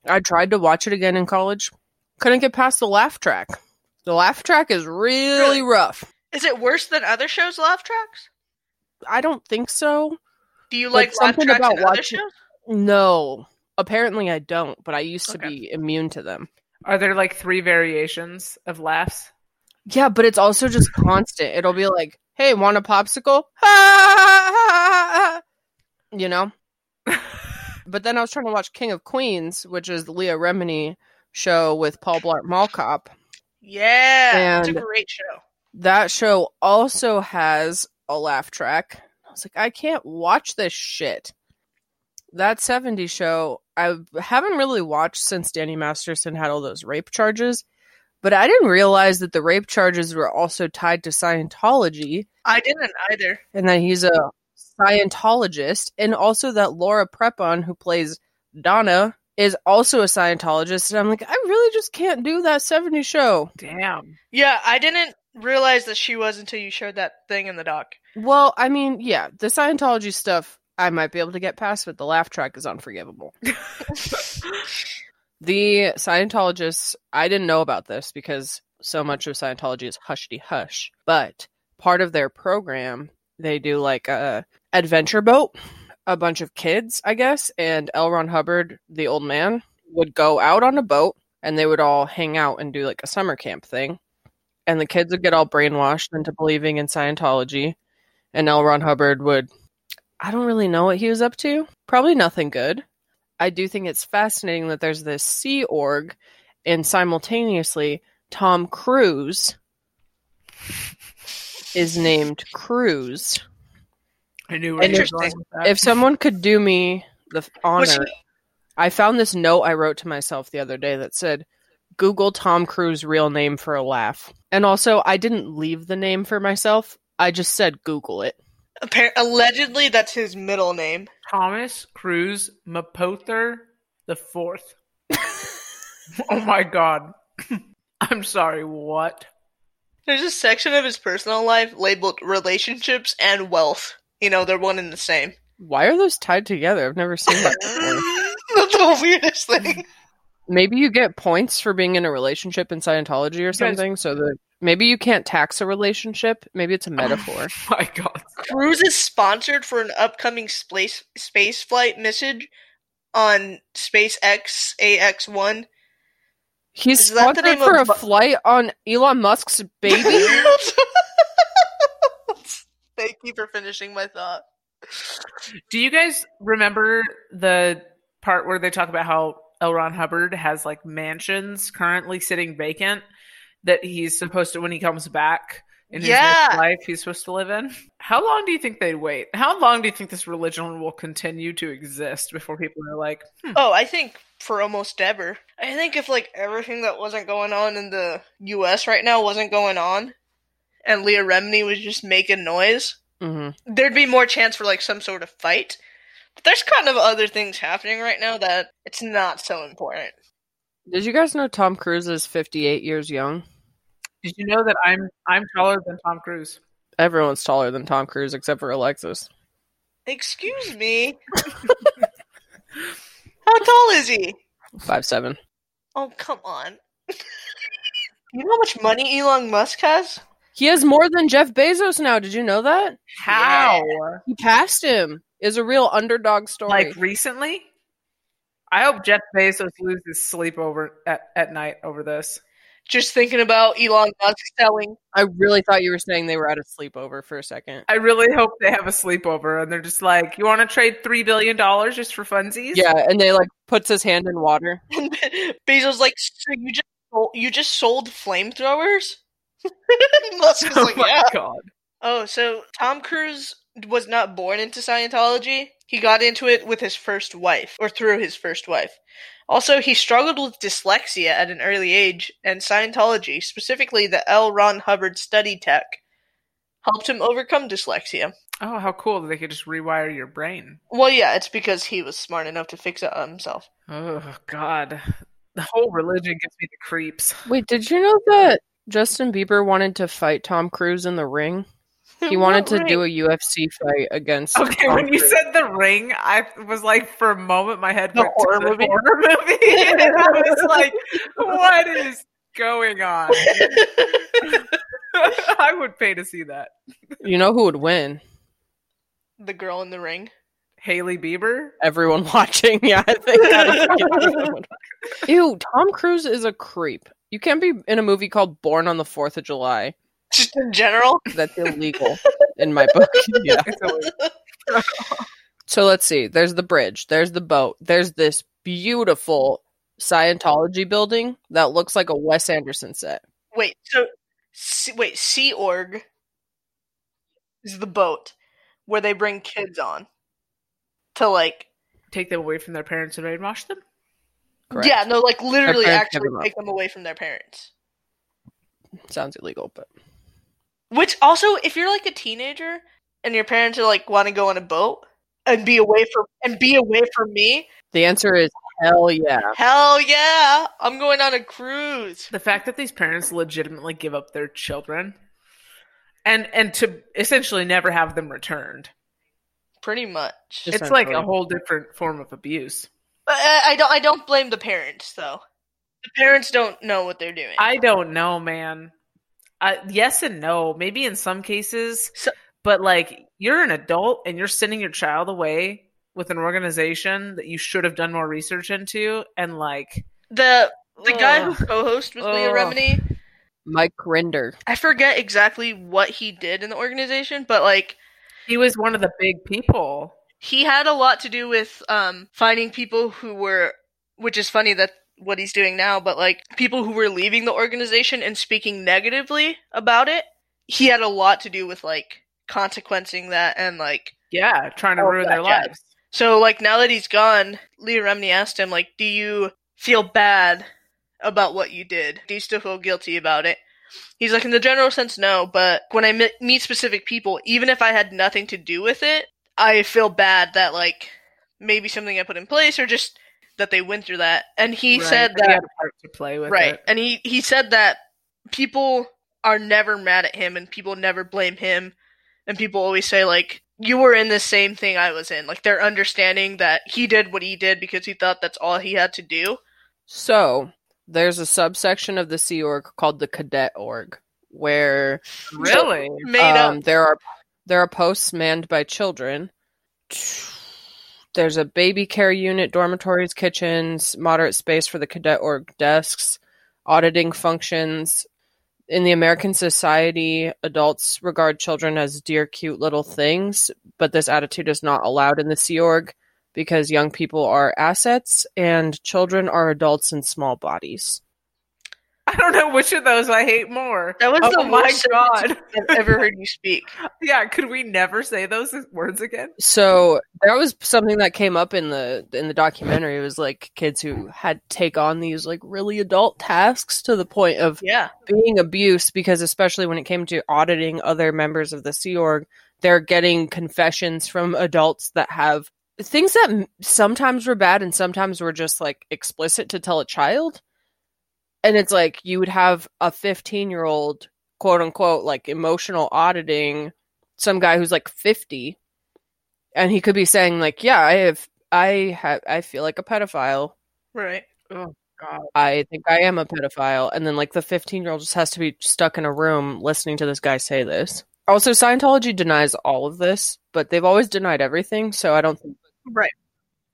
Speaker 1: I tried to watch it again in college. Couldn't get past the laugh track. The laugh track is really
Speaker 2: Really?
Speaker 1: rough.
Speaker 2: Is it worse than other shows' laugh tracks?
Speaker 1: I don't think so.
Speaker 2: Do you
Speaker 1: Like,
Speaker 2: like, laugh
Speaker 1: something
Speaker 2: tracks
Speaker 1: about
Speaker 2: in other
Speaker 1: watching-
Speaker 2: shows?
Speaker 1: No. Apparently I don't, but I used to
Speaker 2: Okay.
Speaker 1: be immune to them.
Speaker 3: Are there like three variations of laughs?
Speaker 1: Yeah, but it's also just constant. It'll be like, "Hey, want a popsicle?" you know. but then I was trying to watch King of Queens, which is the Leah Remini show with Paul Blart Mall Cop.
Speaker 2: Yeah, it's a
Speaker 1: And-
Speaker 2: great show.
Speaker 1: That show also has a laugh track. I was like, I can't watch this shit. That 70 show, I haven't really watched since Danny Masterson had all those rape charges, but I didn't realize that the rape charges were also tied to Scientology
Speaker 2: I didn't either.
Speaker 1: and that he's a Scientologist, and also that Laura Prepon, who plays Donna, is also a Scientologist. And I'm like, I really just can't do that 70 show.
Speaker 3: Damn.
Speaker 2: Yeah, I didn't realize that she was until you showed that thing in the doc.
Speaker 1: Well, I mean, yeah, the Scientology stuff I might be able to get past, but the laugh track is unforgivable. the Scientologists, I didn't know about this because so much of Scientology is hushty hush, but part of their program, they do like a adventure boat, a bunch of kids, I guess, and L. Ron Hubbard, the old man, would go out on a boat and they would all hang out and do like a summer camp thing. And the kids would get all brainwashed into believing in Scientology and L. Ron Hubbard would. I don't really know what he was up to. Probably nothing good. I do think it's fascinating that there's this Sea Org and simultaneously Tom Cruise is named Cruise.
Speaker 3: I knew where you were
Speaker 2: Interesting.
Speaker 3: going with that.
Speaker 1: If someone could do me the f- honor,
Speaker 2: Was
Speaker 1: I found this note I wrote to myself the other day that said, Google Tom Cruise real name for a laugh. And also, I didn't leave the name for myself. I just said Google it.
Speaker 2: Appar- allegedly, that's his middle name.
Speaker 3: Thomas Cruz Mapother the fourth. oh my god. I'm sorry, what?
Speaker 2: There's a section of his personal life labeled relationships and wealth. You know, they're one and the same.
Speaker 1: Why are those tied together? I've never seen that before.
Speaker 2: that's the weirdest thing.
Speaker 1: maybe you get points for being in a relationship in Scientology or something. So that maybe you can't tax a relationship. Maybe it's a metaphor.
Speaker 3: My god.
Speaker 2: Cruise is sponsored for an upcoming space space flight message on SpaceX AX1.
Speaker 1: He's
Speaker 2: Is that the
Speaker 1: sponsored
Speaker 2: name
Speaker 1: for a
Speaker 2: of bu-
Speaker 1: flight on Elon Musk's baby.
Speaker 2: Thank you for finishing my thought.
Speaker 3: Do you guys remember the part where they talk about how L. Ron Hubbard has like mansions currently sitting vacant that he's supposed to when he comes back in his
Speaker 2: Yeah.
Speaker 3: next life he's supposed to live in? How long do you think they wait? How long do you think this religion will continue to exist before people are like, hmm,
Speaker 2: Oh, I think for almost ever. I think if like everything that wasn't going on in the US right now wasn't going on and Leah Remini was just making noise,
Speaker 1: hmm
Speaker 2: there'd be more chance for like some sort of fight. But there's kind of other things happening right now that it's not so important.
Speaker 1: Did you guys know Tom Cruise is 58 years young?
Speaker 3: did you know that I'm I'm taller than Tom Cruise?
Speaker 1: Everyone's taller than Tom Cruise except for Alexis.
Speaker 2: Excuse me. How tall is he?
Speaker 1: Five seven.
Speaker 2: Oh, come on. you know how much money Elon Musk has?
Speaker 1: He has more than Jeff Bezos now. Did you know that?
Speaker 3: How?
Speaker 1: He passed him. Is a real underdog story.
Speaker 3: Like recently? I hope Jeff Bezos loses sleep over at, at night over this.
Speaker 2: Just thinking about Elon Musk selling.
Speaker 1: I really thought you were saying they were at a sleepover for a second.
Speaker 3: I really hope they have a sleepover and they're just like, you want to trade three billion dollars just for funsies?
Speaker 1: Yeah, and they like puts his hand in water.
Speaker 2: Bezos like, so you just sold, you just sold flamethrowers? Musk is
Speaker 3: Oh
Speaker 2: like,
Speaker 3: my
Speaker 2: yeah.
Speaker 3: god.
Speaker 2: Oh, so Tom Cruise was not born into Scientology. He got into it with his first wife, or through his first wife. Also, he struggled with dyslexia at an early age, and Scientology, specifically the L. Ron Hubbard study tech, helped him overcome dyslexia.
Speaker 3: Oh, how cool that they could just rewire your brain.
Speaker 2: Well, yeah, it's because he was smart enough to fix it himself.
Speaker 3: Oh god. The whole religion gives me the creeps.
Speaker 1: Wait, did you know that Justin Bieber wanted to fight Tom Cruise in the ring? He wanted to do a UFC fight against.
Speaker 3: Okay,
Speaker 1: Tom
Speaker 3: when you
Speaker 1: Cruise.
Speaker 3: said the ring, I was like, for a moment, my head
Speaker 2: The
Speaker 3: went
Speaker 2: horror
Speaker 3: to the
Speaker 2: movie?
Speaker 3: horror movie. and I was like, what is going on? I would pay to see that.
Speaker 1: you know who would win?
Speaker 2: the girl in the ring.
Speaker 3: Haley Bieber?
Speaker 1: Everyone watching. Yeah, I think. that'll fucking everyone. Ew, Tom Cruise is a creep. You can't be in a movie called Born on the Fourth of July.
Speaker 2: Just in general.
Speaker 1: That's illegal in my book. Yeah.
Speaker 3: It's always-
Speaker 1: So let's see. There's the bridge. There's the boat. There's this beautiful Scientology building that looks like a Wes Anderson set.
Speaker 2: Wait, so C- wait, Sea Org is the boat where they bring kids on to like
Speaker 3: Take them away from their parents and brainwash them?
Speaker 1: Correct.
Speaker 2: yeah, no, like literally
Speaker 1: parents give
Speaker 2: actually
Speaker 1: them up.
Speaker 2: take them away from their parents.
Speaker 1: Sounds illegal, but
Speaker 2: Which also, if you're like a teenager and your parents are like want to go on a boat and be away from and be away from me,
Speaker 1: The answer is hell yeah.
Speaker 2: hell yeah, I'm going on a cruise.
Speaker 3: the fact that these parents legitimately give up their children and and to essentially never have them returned
Speaker 2: Pretty much.
Speaker 1: Just-
Speaker 3: it's like a
Speaker 1: Essentially.
Speaker 3: whole different form of abuse
Speaker 2: But uh, I, I don't. I don't blame the parents though. The parents don't know what they're doing.
Speaker 3: i don't know man I, yes and no maybe in some cases
Speaker 2: So-
Speaker 3: but like you're an adult and you're sending your child away with an organization that you should have done more research into and like
Speaker 2: the the guy who
Speaker 3: Ugh.
Speaker 2: co-hosts with Leah
Speaker 3: Ugh.
Speaker 2: Remini.
Speaker 1: Mike Rinder.
Speaker 2: I forget exactly what he did in the organization, but like
Speaker 3: he was one of the big people
Speaker 2: He had a lot to do with um, finding people who were, which is funny that what he's doing now, but like people who were leaving the organization and speaking negatively about it. He had a lot to do with like consequencing that and like
Speaker 3: Yeah, trying to
Speaker 2: Oh,
Speaker 3: ruin their
Speaker 2: gotcha.
Speaker 3: lives.
Speaker 2: so like now that he's gone, Leah Remney asked him like, "Do you feel bad about what you did? Do you still feel guilty about it?" He's like, "In the general sense, no, but when I me- meet specific people, even if I had nothing to do with it, I feel bad that like maybe something I put in place or just that they went through that." And he
Speaker 3: Right.
Speaker 2: said
Speaker 3: And
Speaker 2: that
Speaker 3: he had a part to play with
Speaker 2: right
Speaker 3: it.
Speaker 2: and he he said that people are never mad at him and people never blame him and people always say like you were in the same thing i was in like they're understanding that he did what he did because he thought that's all he had to do
Speaker 1: So there's a subsection of the Sea Org called the Cadet Org, where
Speaker 3: Really?
Speaker 2: made
Speaker 1: um,
Speaker 2: up
Speaker 1: there are there are posts manned by children. There's a baby care unit, dormitories, kitchens, moderate space for the cadet org desks, auditing functions. In the American society, adults regard children as dear, cute little things, but this attitude is not allowed in the Sea Org because young people are assets and children are adults in small bodies.
Speaker 3: I don't know which of those I hate more.
Speaker 2: that was
Speaker 3: oh
Speaker 2: the
Speaker 3: my
Speaker 2: worst
Speaker 3: god.
Speaker 2: sentence i've ever heard you speak
Speaker 3: Yeah, could we never say those words again?
Speaker 1: so that was something that came up in the in the documentary it was like kids who had to take on these like really adult tasks to the point of
Speaker 2: yeah
Speaker 1: being abuse because especially when it came to auditing other members of the Sea Org, they're getting confessions from adults that have things that m- sometimes were bad and sometimes were just like explicit to tell a child. And it's like you would have a 15 year old, quote unquote, like emotional auditing some guy who's like 50 and he could be saying like, yeah, I have, I have, I feel like a pedophile.
Speaker 2: right
Speaker 1: I think I am a pedophile. And then, like, the 15 year old just has to be stuck in a room listening to this guy say this. Also, Scientology denies all of this, but they've always denied everything. So I don't think.
Speaker 2: right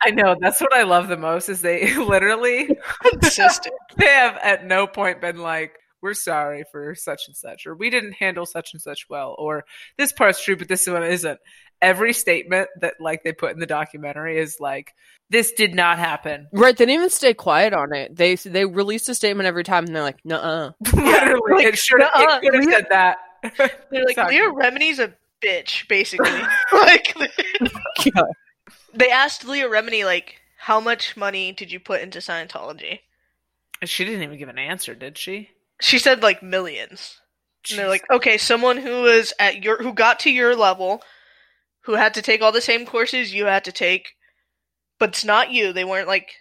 Speaker 3: I know, that's what I love the most is they literally
Speaker 2: consistent
Speaker 3: they have at no point been like, we're sorry for such and such, or we didn't handle such and such well, or this part's true, but this one isn't. Every statement that like they put in the documentary is like, this did not happen.
Speaker 1: Right. They didn't even stay quiet on it. They they released a statement every time and they're like, nuh
Speaker 3: literally,
Speaker 2: like,
Speaker 3: it should have
Speaker 2: nuh-uh,
Speaker 3: it could have
Speaker 2: we-
Speaker 3: said that.
Speaker 2: they're like
Speaker 3: Sorry.
Speaker 2: leah remney's a bitch basically like
Speaker 1: Yeah.
Speaker 2: they asked leah remney like how much money did you put into scientology
Speaker 3: She didn't even give an answer, did she?
Speaker 2: she said like millions And they're
Speaker 3: Jeez.
Speaker 2: like, okay, someone who is at your who got to your level, who had to take all the same courses you had to take, but it's not you. They weren't like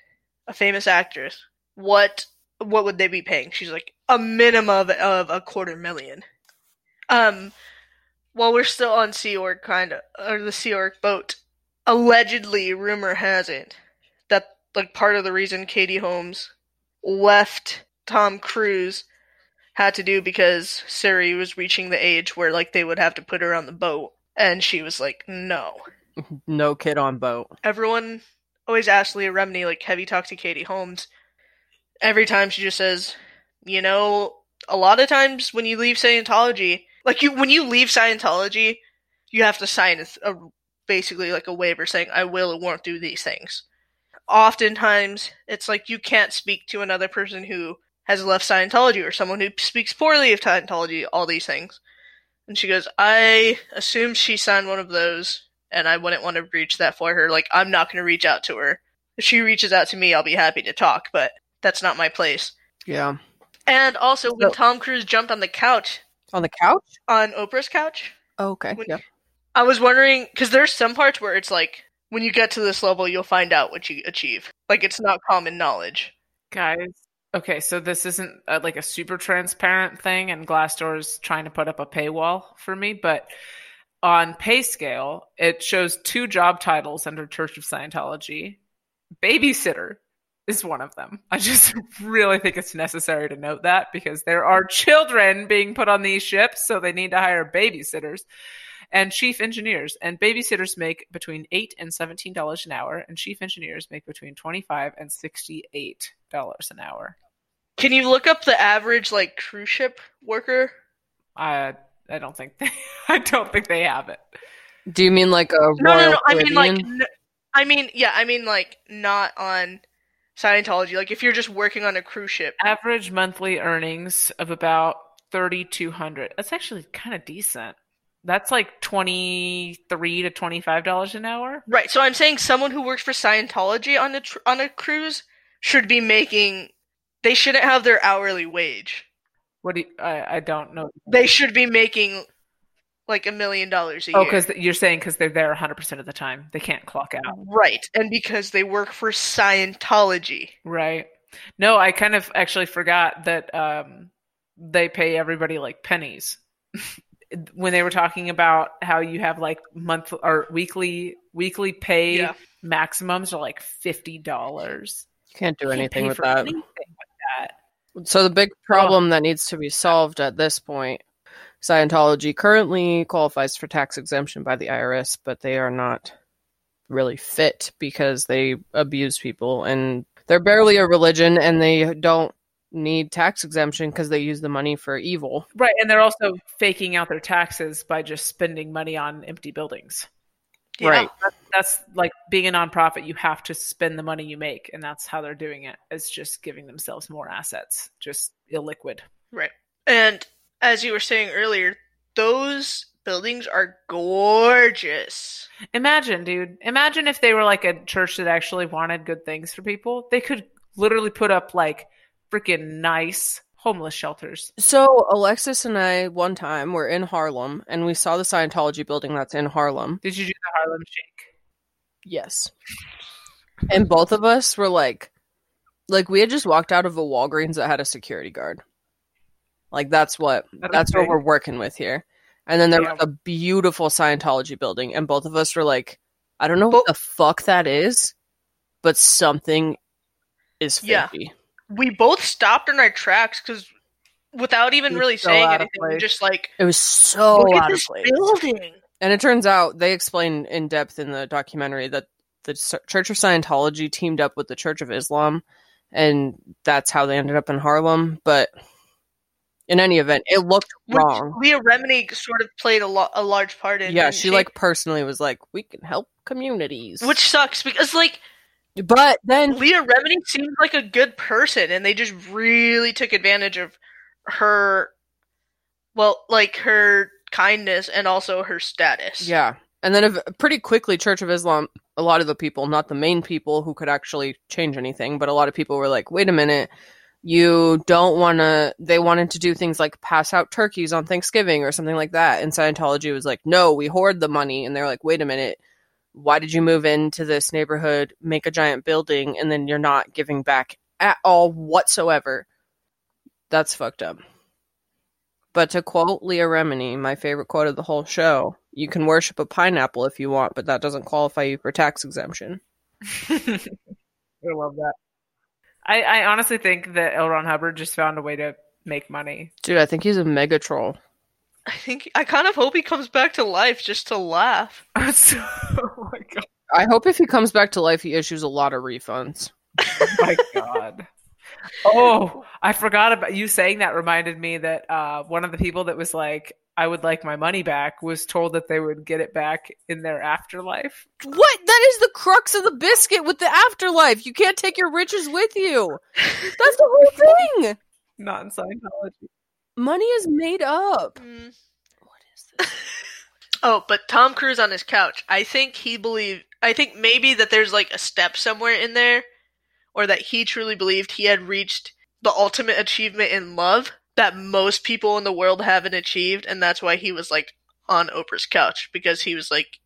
Speaker 2: a famous actress. What what would they be paying? She's like a minimum of, of a quarter million. Um, while we're still on Sea Org, kind of or the Sea Org boat, allegedly, rumor has it that like part of the reason Katie Holmes left Tom Cruise had to do because Siri was reaching the age where like they would have to put her on the boat and she was like, No.
Speaker 1: uh. No kid on boat.
Speaker 2: Everyone always asks Leah Remney, like, have you talked to Katie Holmes? Every time she just says, you know, a lot of times when you leave Scientology, like you when you leave Scientology, you have to sign a, a basically like a waiver saying, I will or won't do these things. Oftentimes, it's like you can't speak to another person who has left Scientology or someone who speaks poorly of Scientology, all these things. And she goes, I assume she signed one of those, and I wouldn't want to reach that for her. Like, I'm not going to reach out to her. If she reaches out to me, I'll be happy to talk, but that's not my place.
Speaker 1: Yeah.
Speaker 2: And also, when
Speaker 1: So-
Speaker 2: Tom Cruise jumped on the couch,
Speaker 1: On the couch?
Speaker 2: on Oprah's couch,
Speaker 1: Oh, okay.
Speaker 2: When-
Speaker 1: Yeah.
Speaker 2: I was wondering because there's some parts where it's like when you get to this level, you'll find out what you achieve. Like it's not common knowledge.
Speaker 3: guys. Okay, so this isn't uh, like a super transparent thing, and Glassdoor's trying to put up a paywall for me, but on PayScale, it shows two job titles under Church of Scientology. Babysitter is one of them. I just really think it's necessary to note that because there are children being put on these ships, so they need to hire babysitters and chief engineers. And babysitters make between eight and seventeen dollars an hour, and chief engineers make between twenty-five and sixty-eight dollars an hour.
Speaker 2: Can you look up the average like cruise ship worker?
Speaker 3: I I don't think they I don't think they have it.
Speaker 1: Do you mean like a
Speaker 2: No,
Speaker 1: Royal
Speaker 2: no, no. I mean, like,
Speaker 1: Caribbean?
Speaker 2: n- I mean, yeah, I mean, like, not on Scientology. Like, if you're just working on a cruise ship,
Speaker 3: Average monthly earnings of about 3200 That's actually kind of decent. That's like 23 to $25 an hour.
Speaker 2: right? So I'm saying someone who works for Scientology on a tr- on a cruise should be making. They shouldn't have their hourly wage.
Speaker 3: What do you, I, I don't know.
Speaker 2: They should be making like a million dollars a
Speaker 3: Oh,
Speaker 2: year.
Speaker 3: because you're saying because they're there 100% of the time. They can't clock out.
Speaker 2: right, and because they work for Scientology.
Speaker 3: Right. No, I kind of actually forgot that um, they pay everybody like pennies. when they were talking about how you have like month or weekly weekly pay
Speaker 2: Yeah.
Speaker 3: maximums are like fifty dollars.
Speaker 1: Can't do anything with that.
Speaker 3: that.
Speaker 1: So the big problem that needs to be solved at this point, Scientology currently qualifies for tax exemption by the IRS, but they are not really fit because they abuse people and they're barely a religion and they don't need tax exemption because they use the money for evil.
Speaker 3: Right, and they're also faking out their taxes by just spending money on empty buildings.
Speaker 2: Yeah.
Speaker 1: Right.
Speaker 3: That's like being a nonprofit, you have to spend the money you make, and that's how they're doing it. It's just giving themselves more assets, just illiquid.
Speaker 2: And as you were saying earlier, those buildings are gorgeous.
Speaker 3: Imagine, dude. Imagine if they were like a church that actually wanted good things for people. They could literally put up like freaking nice homeless shelters.
Speaker 1: So Alexis and I one time were in Harlem and we saw the Scientology building that's in Harlem.
Speaker 3: Did you do the Harlem Shake?
Speaker 1: Yes. And both of us were like, like we had just walked out of a Walgreens that had a security guard. Like that's what
Speaker 3: That
Speaker 1: that's
Speaker 3: is
Speaker 1: what
Speaker 3: big.
Speaker 1: we're working with here. And then there
Speaker 3: Yeah.
Speaker 1: was a beautiful Scientology building, and both of us were like, I don't know what the fuck that is, but something is
Speaker 2: Yeah.
Speaker 1: fishy.
Speaker 2: We both stopped in our tracks because without even
Speaker 3: It's
Speaker 2: really
Speaker 3: so
Speaker 2: saying
Speaker 3: out of
Speaker 2: anything, we
Speaker 3: place.
Speaker 2: just like,
Speaker 1: It was so
Speaker 2: look at
Speaker 1: out of
Speaker 2: this
Speaker 1: place.
Speaker 2: building.
Speaker 1: And it turns out they explain in depth in the documentary that the S- Church of Scientology teamed up with the Church of Islam, and that's how they ended up in Harlem. But in any event, it looked
Speaker 2: Which
Speaker 1: wrong.
Speaker 2: Leah Remini sort of played a, lo- a large part in.
Speaker 1: Yeah,
Speaker 2: didn't
Speaker 1: she like personally was like, "We can help communities,"
Speaker 2: Which sucks because, like,
Speaker 1: but then
Speaker 2: Leah Remini seemed like a good person, and they just really took advantage of her, well, like, her kindness and also her status.
Speaker 1: yeah, and then ev- pretty quickly, Church of Islam, a lot of the people, not the main people who could actually change anything, but a lot of people were like, "Wait a minute." you don't want to they wanted to do things like pass out turkeys on thanksgiving or something like that and scientology was like no we hoard the money and they're like wait a minute why did you move into this neighborhood make a giant building and then you're not giving back at all whatsoever that's fucked up but to quote leah remini my favorite quote of the whole show you can worship a pineapple if you want but that doesn't qualify you for tax exemption
Speaker 3: I love that. I, I honestly think that L. Ron Hubbard just found a way to make money.
Speaker 1: dude i think he's a mega troll
Speaker 2: I think I kind of hope he comes back to life just to laugh.
Speaker 3: So- oh my god.
Speaker 1: i hope if he comes back to life he issues a lot of refunds
Speaker 3: Oh my god. Oh, I forgot about you saying that reminded me that uh, one of the people that was like, I would like my money back was told that they would get it back in their afterlife.
Speaker 1: What? That is the crux of the biscuit with the afterlife. You can't take your riches with you. That's the whole thing.
Speaker 3: Not in Scientology.
Speaker 1: Money is made up.
Speaker 2: Mm.
Speaker 1: What is this?
Speaker 2: Oh, but Tom Cruise on his couch. I think he believed. I think maybe that there's like a step somewhere in there, or that he truly believed he had reached the ultimate achievement in love that most people in the world haven't achieved, and that's why he was like on Oprah's couch because he was like,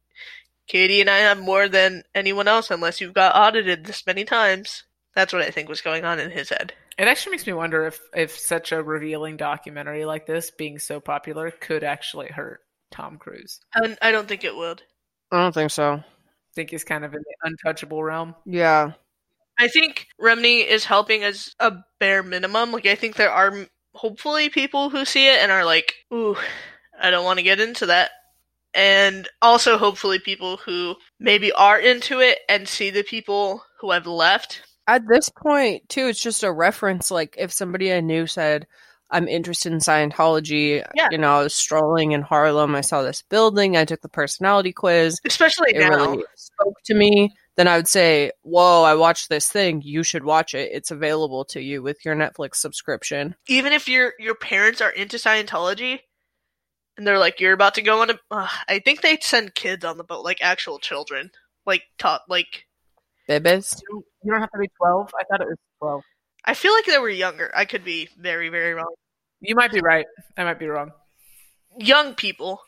Speaker 2: "Katie and I have more than anyone else, unless you've got audited this many times." That's what I think was going on in his head.
Speaker 3: It actually makes me wonder if if such a revealing documentary like this being so popular could actually hurt Tom Cruise.
Speaker 1: Oh.
Speaker 2: And I don't think it would.
Speaker 1: I don't think so.
Speaker 3: I think he's kind of in the untouchable realm.
Speaker 1: Yeah.
Speaker 2: I think Remney is helping as a bare minimum. Like, I think there are m- hopefully people who see it and are like, ooh, I don't want to get into that. And also, hopefully, people who maybe are into it and see the people who have left.
Speaker 1: At this point, too, it's just a reference. Like, if somebody I knew said, I'm interested in Scientology.
Speaker 2: Yeah.
Speaker 1: You know, I was strolling in Harlem. I saw this building. I took the personality quiz.
Speaker 2: Especially
Speaker 1: It
Speaker 2: now.
Speaker 1: really spoke to me. Then I would say, Whoa, I watched this thing. You should watch it. It's available to you with your Netflix subscription.
Speaker 2: even if your your parents are into Scientology and they're like you're about to go on a uh, I think they send kids on the boat like actual children like taught like
Speaker 1: Bibis.
Speaker 3: You don't have to be 12. I thought it was 12.
Speaker 2: I feel like they were younger. I could be very very wrong.
Speaker 3: You might be right. I might be wrong.
Speaker 2: Young people,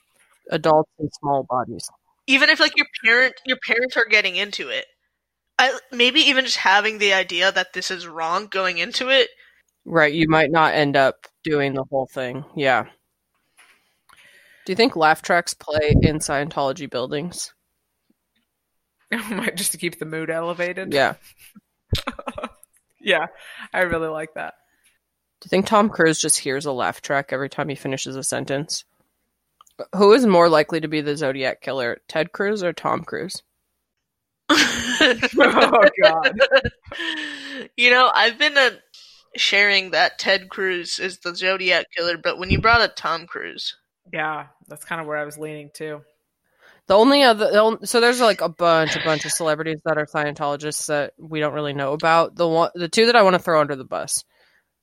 Speaker 1: Adults in small bodies.
Speaker 2: even if like your parent your parents are getting into it. I maybe even just having the idea that this is wrong going into it.
Speaker 1: Right. You might not end up doing the whole thing. Yeah. Do you think laugh tracks play in Scientology buildings?
Speaker 3: Might just to keep the mood elevated.
Speaker 1: Yeah.
Speaker 3: Yeah. I really like that.
Speaker 1: Do you think Tom Cruise just hears a laugh track every time he finishes a sentence? Who is more likely to be the Zodiac killer, Ted Cruz or Tom Cruise?
Speaker 3: oh, God.
Speaker 2: you know, I've been uh, sharing that Ted Cruz is the Zodiac killer, but when you brought up Tom Cruise,
Speaker 3: Yeah. That's kind of where I was leaning too.
Speaker 1: The only other the on- so there's like a bunch, a bunch of celebrities that are Scientologists that we don't really know about. The one, the two that I want to throw under the bus.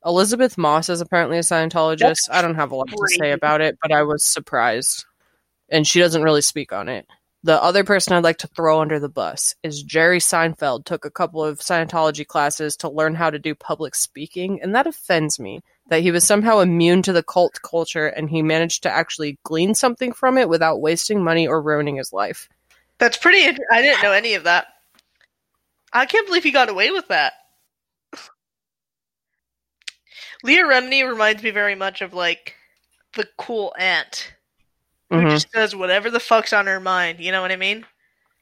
Speaker 1: Elizabeth Moss is apparently a Scientologist.
Speaker 2: That's
Speaker 1: I don't have a lot to
Speaker 2: crazy.
Speaker 1: say about it, but I was surprised, and she doesn't really speak on it. The other person I'd like to throw under the bus is Jerry Seinfeld. Took a couple of Scientology classes to learn how to do public speaking, and that offends me that he was somehow immune to the cult culture and he managed to actually glean something from it without wasting money or ruining his life.
Speaker 2: that's pretty. int- I didn't know any of that. I can't believe he got away with that. Leah Remini reminds me very much of like the cool aunt
Speaker 3: Mm-hmm.
Speaker 2: who
Speaker 1: Mhm.
Speaker 2: just does whatever the fuck's on her mind. You know what I mean?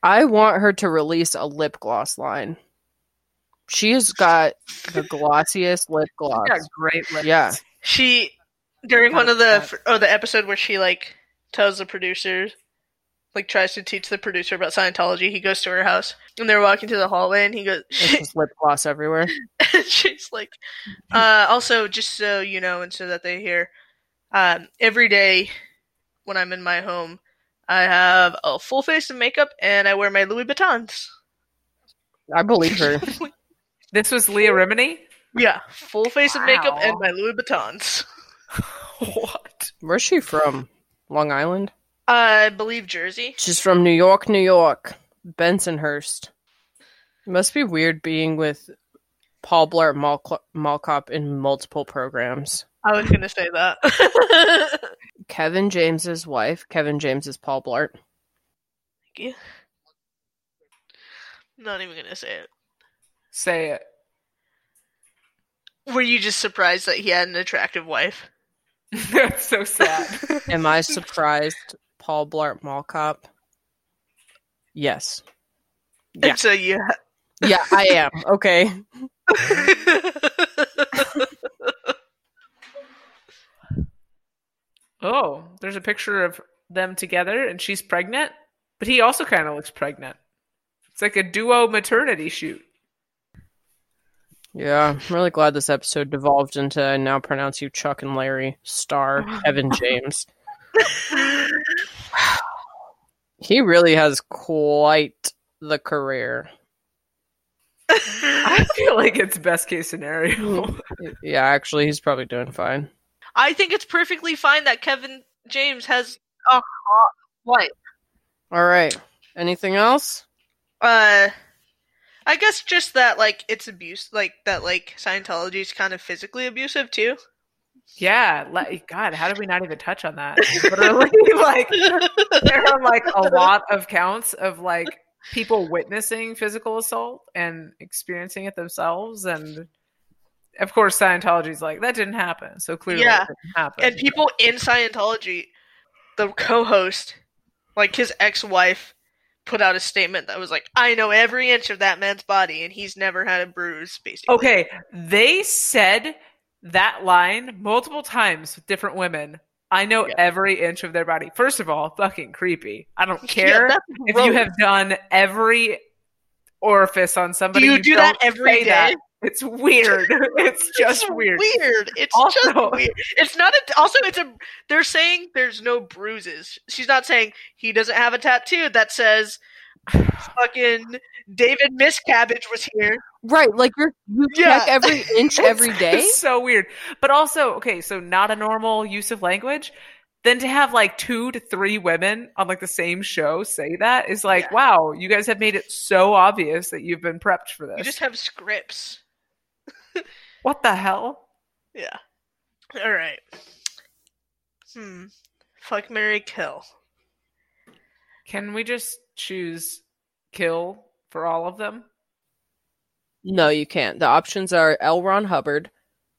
Speaker 1: I want her to release a lip gloss line. She has got the glossiest lip gloss.
Speaker 3: Yeah, great. List.
Speaker 1: Yeah.
Speaker 2: She during one of the
Speaker 3: That's-
Speaker 2: oh the episode where she like tells the producer like tries to teach the producer about Scientology. He goes to her house and they're walking through the hallway and he goes
Speaker 1: It's just lip gloss everywhere.
Speaker 2: she's like uh also just so you know and so that they hear um every day when I'm in my home I have a full face of makeup and I wear my Louis Vuittons.
Speaker 1: I believe her.
Speaker 3: This was Leah Remini?
Speaker 2: Yeah, full face of makeup
Speaker 3: Wow.
Speaker 2: and my Louis Vuittons.
Speaker 3: what?
Speaker 1: Where's she from? Long Island?
Speaker 2: I believe Jersey.
Speaker 1: She's from New York, New York. Bensonhurst. must be weird being with Paul Blart Mall, Cl- Mall Cop in multiple programs.
Speaker 2: I was gonna say that.
Speaker 1: Kevin James's wife. Kevin James is Paul Blart.
Speaker 2: Not even gonna say it.
Speaker 3: Say it.
Speaker 2: Were you just surprised that he had an attractive wife?
Speaker 3: That's so sad.
Speaker 1: Am I surprised Paul Blart Mall Cop? Yes. Yeah.
Speaker 2: And so you.
Speaker 1: Yeah, I am. Okay.
Speaker 3: Oh, there's a picture of them together and she's pregnant, but he also kind of looks pregnant. It's like a duo maternity shoot.
Speaker 1: Yeah, I'm really glad this episode devolved into I now pronounce you Chuck and Larry, star Evan James. He really has quite the career.
Speaker 3: I feel like it's best case scenario.
Speaker 1: Yeah, actually, he's probably doing fine.
Speaker 2: I think it's perfectly fine that Kevin James has a hot wife.
Speaker 1: All right. Anything else?
Speaker 2: Uh, I guess just that like it's abuse, like that like Scientology is kind of physically abusive too.
Speaker 3: yeah, like God, how did we not even touch on that? Literally, like there are like a lot of counts of like people witnessing physical assault and experiencing it themselves, and of course, Scientology's like that didn't happen, so clearly
Speaker 2: Yeah.
Speaker 3: it didn't happen.
Speaker 2: and people in Scientology, the co-host, like his ex-wife, put out a statement that was like, "I know every inch of that man's body, and he's never had a bruise." Basically,
Speaker 3: Okay, they said that line multiple times with different women. I know
Speaker 2: Yeah.
Speaker 3: every inch of their body. First of all, fucking creepy. I don't
Speaker 2: Yeah,
Speaker 3: care
Speaker 2: that's
Speaker 3: if
Speaker 2: gross.
Speaker 3: you have done every orifice on
Speaker 2: do
Speaker 3: somebody.
Speaker 2: you, do that
Speaker 3: don't
Speaker 2: every
Speaker 3: say that.
Speaker 2: day?
Speaker 3: It's weird. it's just
Speaker 2: It's
Speaker 3: weird.
Speaker 2: Weird. It's
Speaker 3: Also-
Speaker 2: just weird. It's not a. Also, it's a. They're saying there's no bruises. She's not saying he doesn't have a tattoo that says, "Fucking David Miscabbage was here."
Speaker 1: Right, like you're you
Speaker 2: Yeah.
Speaker 1: check every inch every day.
Speaker 3: It's so weird. But also, okay, so not a normal use of language. Then to have like two to three women on like the same show say that is like,
Speaker 2: Yeah.
Speaker 3: wow, you guys have made it so obvious that you've been prepped for this.
Speaker 2: You just have scripts.
Speaker 3: what the hell?
Speaker 2: Yeah. All right. Hmm. Fuck Mary Kill.
Speaker 3: Can we just choose kill for all of them?
Speaker 1: No, you can't. The options are L. Ron Hubbard,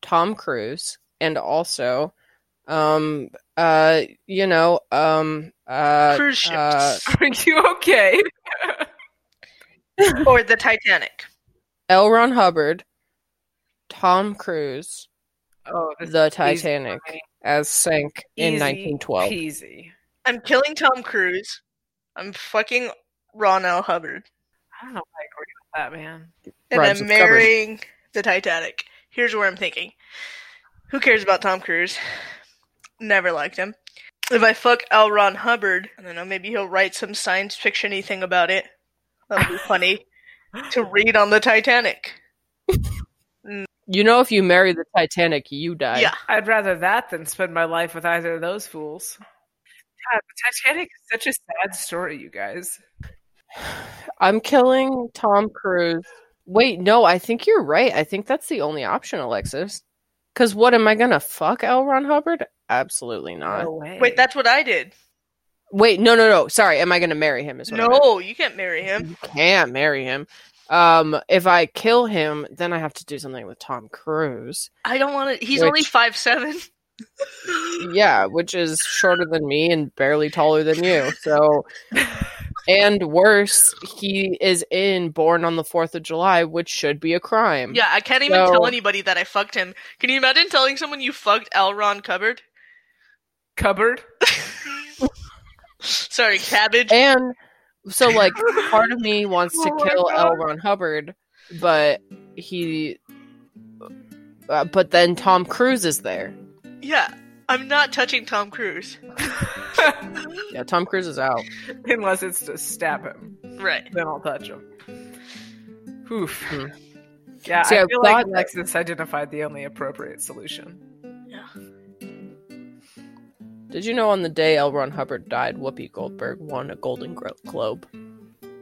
Speaker 1: Tom Cruise, and also, um, uh, you know, um, uh,
Speaker 2: Cruise ships
Speaker 1: uh,
Speaker 3: Are you okay?
Speaker 2: or the Titanic.
Speaker 1: L. Ron Hubbard, Tom Cruise,
Speaker 3: Oh, this
Speaker 1: the
Speaker 3: easy
Speaker 1: Titanic
Speaker 3: money.
Speaker 1: as sank in
Speaker 3: Easy
Speaker 1: 1912.
Speaker 3: peasy.
Speaker 2: I'm killing Tom Cruise. I'm fucking Ron L. Hubbard.
Speaker 3: I don't know if I agree with that, man.
Speaker 2: And
Speaker 1: Rhymes
Speaker 2: I'm
Speaker 1: with cupboard.
Speaker 2: marrying the Titanic. Here's where I'm thinking. Who cares about Tom Cruise? Never liked him. If I fuck L. Ron Hubbard, I don't know, maybe he'll write some science fictiony thing about it. That'll be funny to read on the Titanic.
Speaker 1: You know, if you marry the Titanic, you die.
Speaker 2: Yeah.
Speaker 3: I'd rather that than spend my life with either of those fools. God, the Titanic is such a sad story, you guys.
Speaker 1: I'm killing Tom Cruise. Wait, no, I think you're right. I think that's the only option, Alexis. Because what am I gonna fuck L. Ron Hubbard? Absolutely not.
Speaker 3: No way.
Speaker 2: Wait, that's what I did.
Speaker 1: Wait, no, no, no. Sorry, am I gonna marry him? Is what I meant.
Speaker 2: No, you can't marry him.
Speaker 1: You can't marry him. Um, if I kill him, then I have to do something with Tom Cruise.
Speaker 2: I don't want to. He's
Speaker 1: Which-
Speaker 2: only five seven.
Speaker 1: Yeah, which is shorter than me and barely taller than you. So, and worse, he is in Born on the Fourth of July, which should be a crime.
Speaker 2: Yeah, I can't even
Speaker 1: So-
Speaker 2: tell anybody that I fucked him. Can you imagine telling someone you fucked L. Ron Hubbard?
Speaker 3: Cupboard?
Speaker 2: Sorry, cabbage.
Speaker 1: And so, like, part of me wants to
Speaker 3: Oh my
Speaker 1: kill
Speaker 3: God.
Speaker 1: L. Ron Hubbard, but he, uh, but then Tom Cruise is there.
Speaker 2: Yeah, I'm not touching Tom Cruise.
Speaker 1: Yeah, Tom Cruise is out.
Speaker 3: Unless it's to stab him.
Speaker 2: Right.
Speaker 3: Then I'll touch him. Oof.
Speaker 1: Hmm.
Speaker 3: Yeah,
Speaker 1: See,
Speaker 3: I
Speaker 1: I thought
Speaker 3: feel like
Speaker 1: that-
Speaker 3: Alexis identified the only appropriate solution.
Speaker 1: Did you know on the day L. Ron Hubbard died, Whoopi Goldberg won a Golden Gro- Globe?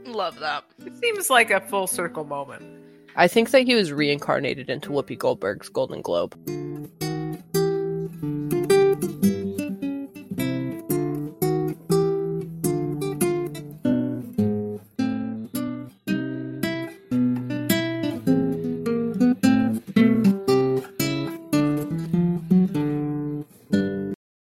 Speaker 2: Love that.
Speaker 3: It seems like a full circle moment.
Speaker 1: I think that he was reincarnated into Whoopi Goldberg's Golden Globe.